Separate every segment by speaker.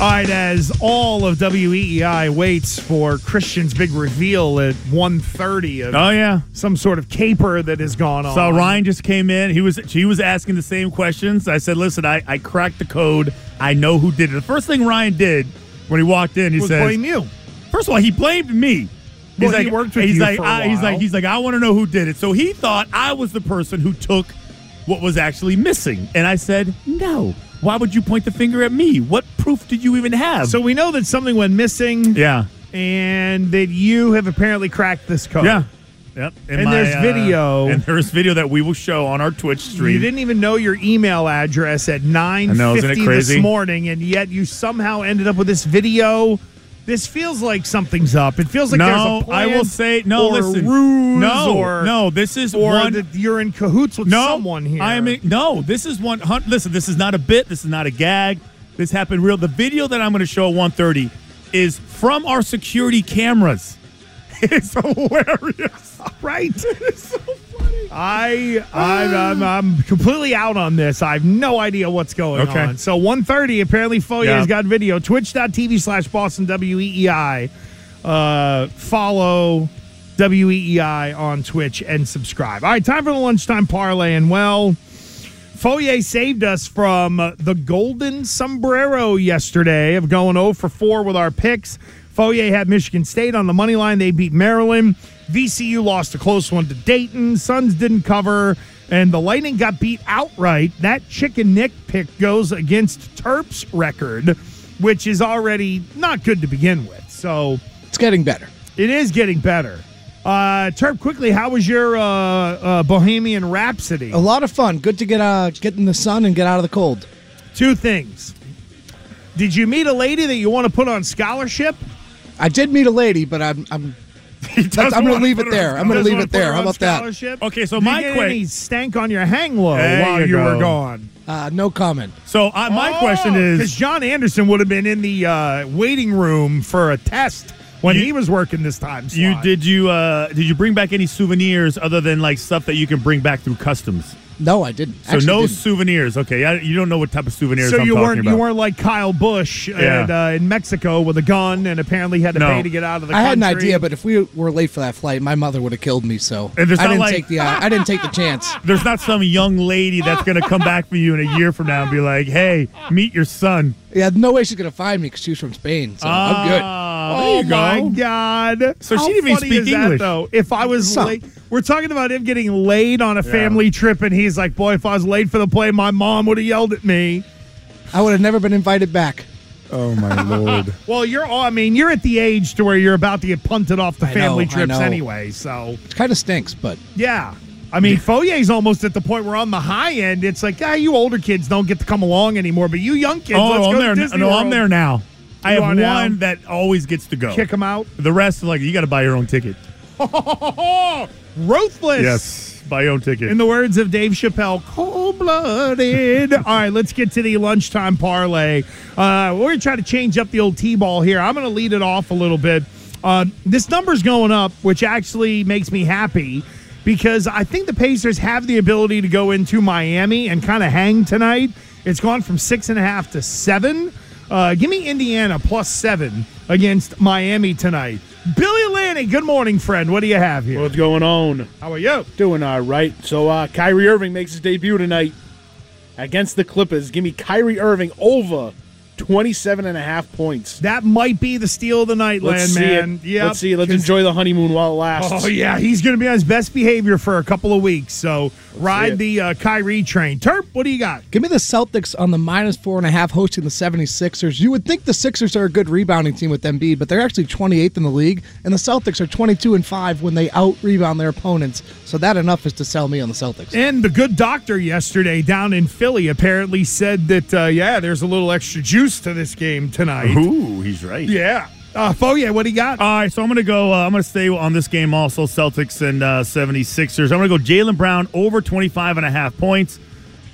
Speaker 1: All right, as all of WEEI waits for Christian's big reveal at 1.30 of
Speaker 2: Oh yeah.
Speaker 1: some sort of caper that has gone on.
Speaker 2: So Ryan just came in. He was she was asking the same questions. I said, "Listen, I, I cracked the code. I know who did it." The first thing Ryan did when he walked in, he
Speaker 1: was
Speaker 2: says,
Speaker 1: blame you.
Speaker 2: First of all, he blamed me.
Speaker 1: Well, he worked with
Speaker 2: he's
Speaker 1: you
Speaker 2: like,
Speaker 1: for a
Speaker 2: I, he's
Speaker 1: while.
Speaker 2: like, he's like, I want to know who did it. So he thought I was the person who took what was actually missing, and I said, no. Why would you point the finger at me? What proof did you even have?
Speaker 1: So we know that something went missing
Speaker 2: yeah,
Speaker 1: and that you have apparently cracked this code.
Speaker 2: yeah, yep. uh,
Speaker 1: And there's video.
Speaker 2: and there's video that we will show on our Twitch stream.
Speaker 1: You didn't even know your email address at nine
Speaker 2: know, isn't it
Speaker 1: fifty this
Speaker 2: crazy?
Speaker 1: morning, and yet you somehow ended up with this video. This feels like something's up. It feels like there's a plan.
Speaker 2: I will say no.
Speaker 1: or a
Speaker 2: listen,
Speaker 1: ruse
Speaker 2: no,
Speaker 1: or
Speaker 2: no. This is
Speaker 1: or
Speaker 2: one.
Speaker 1: that you're in cahoots with
Speaker 2: no,
Speaker 1: someone here.
Speaker 2: I am in- no. This is one. hun- Listen, this is not a bit. This is not a gag. This happened real. The video that I'm going to show at 1:30 is from our security cameras. It's hilarious.
Speaker 1: right. I
Speaker 2: Ah.
Speaker 1: I'm, I'm I'm completely out on this. I have no idea what's going
Speaker 2: Okay.
Speaker 1: on. So 1.30, apparently Foyer
Speaker 2: Yeah.
Speaker 1: has got video. Twitch.tv slash Boston WEEI. Uh, follow WEEI on Twitch and subscribe. All right, time for the lunchtime parlay. And well, Foyer saved us from uh, the golden sombrero yesterday of going 0 for 4 with our picks. Foyer had Michigan State on the money line. They beat Maryland. VCU lost a close one to Dayton. Suns didn't cover. And the Lightning got beat outright. That Chicken Nick pick goes against Terps record, which is already not good to begin with. So
Speaker 3: It's getting better.
Speaker 1: it is getting better. Uh, Terp, quickly, how was your uh, uh, Bohemian Rhapsody?
Speaker 3: A lot of fun. Good to get uh, get in the sun and get out of the cold.
Speaker 1: Two things. Did you meet a lady that you want to put on scholarship?
Speaker 3: I did meet a lady, but I'm I'm That's- I'm going to leave it there. I'm going to
Speaker 1: Doesn't
Speaker 3: leave
Speaker 1: wanna
Speaker 3: it
Speaker 1: put her
Speaker 3: there. How
Speaker 1: on
Speaker 3: about that?
Speaker 1: scholarship?
Speaker 2: Okay, so
Speaker 1: Did
Speaker 2: my
Speaker 1: you get
Speaker 2: que-
Speaker 1: any stank on your hang low
Speaker 2: There
Speaker 1: while
Speaker 2: you
Speaker 1: you were
Speaker 2: go.
Speaker 1: gone.
Speaker 3: Uh, no comment.
Speaker 2: So uh, my
Speaker 1: Oh,
Speaker 2: question
Speaker 1: because
Speaker 2: is,
Speaker 1: John Anderson would have been in the uh, waiting room for a test when
Speaker 2: You-
Speaker 1: he was working this time. Slot.
Speaker 2: you did you uh, did you bring back any souvenirs other than like stuff that you can bring back through customs?
Speaker 3: No, I didn't.
Speaker 2: So
Speaker 3: Actually
Speaker 2: no
Speaker 3: didn't.
Speaker 2: souvenirs. Okay, I, you don't know what type of souvenirs.
Speaker 1: So
Speaker 2: I'm
Speaker 1: you
Speaker 2: talking
Speaker 1: weren't
Speaker 2: about.
Speaker 1: you weren't like Kyle Bush
Speaker 2: Yeah.
Speaker 1: and, uh, in Mexico with a gun and apparently had to
Speaker 2: No.
Speaker 1: pay to get out of the
Speaker 3: I had an
Speaker 1: country.
Speaker 3: idea, but if we were late for that flight, my mother would have killed me. So I
Speaker 2: And it's not
Speaker 3: didn't
Speaker 2: like-
Speaker 3: take the uh, I didn't take the chance.
Speaker 2: There's not some young lady that's going to come back for you in a year from now and be like, hey, meet your son.
Speaker 3: Yeah, no way she's gonna find me because she's from Spain. So I'm good.
Speaker 2: Ah,
Speaker 1: Oh
Speaker 2: there you
Speaker 1: my
Speaker 2: go.
Speaker 1: god!
Speaker 2: So she
Speaker 1: How
Speaker 2: didn't even
Speaker 1: funny
Speaker 2: speak
Speaker 1: is that,
Speaker 2: English.
Speaker 1: though. If I was
Speaker 3: Some.
Speaker 1: late, we're talking about him getting laid on a family trip, and he's like, "Boy, if I was late for the play, my mom would have yelled at me."
Speaker 3: I would have never been invited back.
Speaker 4: Oh my lord!
Speaker 1: Well, you're all. I mean, you're at the age to where you're about to get punted off the
Speaker 3: I know,
Speaker 1: family
Speaker 3: I
Speaker 1: trips
Speaker 3: know.
Speaker 1: anyway. So
Speaker 3: It kind of stinks, but
Speaker 1: yeah. I mean, Foyer's almost at the point where on the high end, it's like, ah, you older kids don't get to come along anymore, but you young kids, let's
Speaker 2: Oh,
Speaker 1: go
Speaker 2: I'm
Speaker 1: to
Speaker 2: there.
Speaker 1: Disney
Speaker 2: No, I'm
Speaker 1: World."
Speaker 2: there now. I
Speaker 1: You
Speaker 2: have
Speaker 1: are
Speaker 2: one
Speaker 1: now?
Speaker 2: that always gets to go.
Speaker 1: Kick them out.
Speaker 2: The rest, like, you got to buy your own ticket.
Speaker 1: Ruthless.
Speaker 2: Yes, buy your own ticket.
Speaker 1: In the words of Dave Chappelle, cold blooded. All right, let's get to the lunchtime parlay. Uh, we're going to try to change up the old T ball here. I'm going to lead it off a little bit. Uh, this number's going up, which actually makes me happy because I think the Pacers have the ability to go into Miami and kind of hang tonight. It's gone from six and a half to seven. Uh, give me Indiana plus seven against Miami tonight. Billy Lanny, good morning, friend. What do you have here?
Speaker 4: What's going on?
Speaker 1: How are you?
Speaker 4: Doing all right. So uh, Kyrie Irving makes his debut tonight against the Clippers. Give me Kyrie Irving over 27 and a half points.
Speaker 1: That might be the steal of the night,
Speaker 4: Let's see
Speaker 1: Landman.
Speaker 4: it.
Speaker 1: Yeah.
Speaker 4: Let's see. it. Let's enjoy the honeymoon while it lasts.
Speaker 1: Oh yeah, he's going to be on his best behavior for a couple of weeks. So ride
Speaker 4: it.
Speaker 1: the uh, Kyrie train. Terp, what do you got?
Speaker 3: Give me the Celtics on the minus four and a half hosting the 76ers. You would think the Sixers are a good rebounding team with Embiid, but they're actually 28th in the league, and the Celtics are 22 and 5 when they out rebound their opponents. So that enough is to sell me on the Celtics.
Speaker 1: And the good doctor yesterday down in Philly apparently said that uh, yeah, there's a little extra juice to this game tonight.
Speaker 2: Ooh, he's right.
Speaker 1: Yeah. Uh, Foye, what do you got?
Speaker 2: All right, so I'm going to go. Uh, I'm going to stay on this game also, Celtics and uh, 76ers. I'm going to go Jalen Brown over 25 and a half points.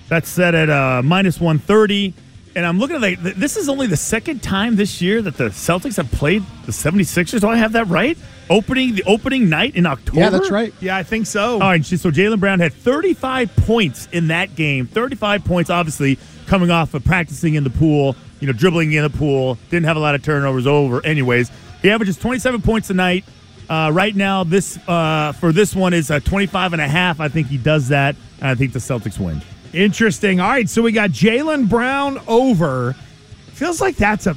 Speaker 2: That's set at uh, minus 130. And I'm looking at like, th- this is only the second time this year that the Celtics have played the 76ers. Do I have that right? Opening the opening night in October.
Speaker 3: yeah, that's right.
Speaker 1: yeah, I think so.
Speaker 4: uh,
Speaker 2: All right, so Jalen Brown had 35 points in that game. 35 points, obviously, coming off of practicing in the pool, you know, dribbling in the pool. Didn't have a lot of turnovers over, anyways. He averages 27 points a night. Uh, right now, this uh, for this one is uh, 25 and a half. I think he does that, and I think the Celtics win.
Speaker 1: Interesting. All right, so we got Jalen Brown over. Feels like that's a.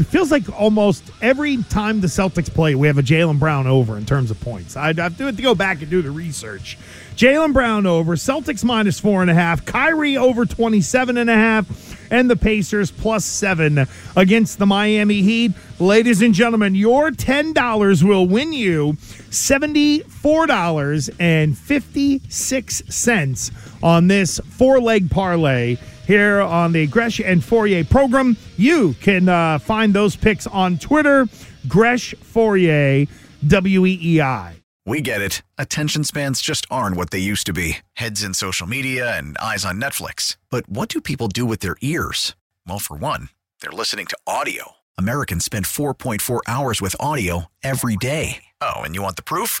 Speaker 1: It feels like almost every time the Celtics play, we have a Jalen Brown over in terms of points. I'd have to, have to go back and do the research. Jalen Brown over, Celtics minus four and a half, Kyrie over 27 and a half, and the Pacers plus seven against the Miami Heat. Ladies and gentlemen, your $10 will win you $74.56 on this four leg parlay here on the Gresh and Fourier program. You can uh, find those picks on Twitter, Gresh Fourier, W E E I.
Speaker 5: We get it. Attention spans just aren't what they used to be heads in social media and eyes on Netflix. But what do people do with their ears? Well, for one, they're listening to audio. Americans spend 4.4 hours with audio every day. Oh, and you want the proof?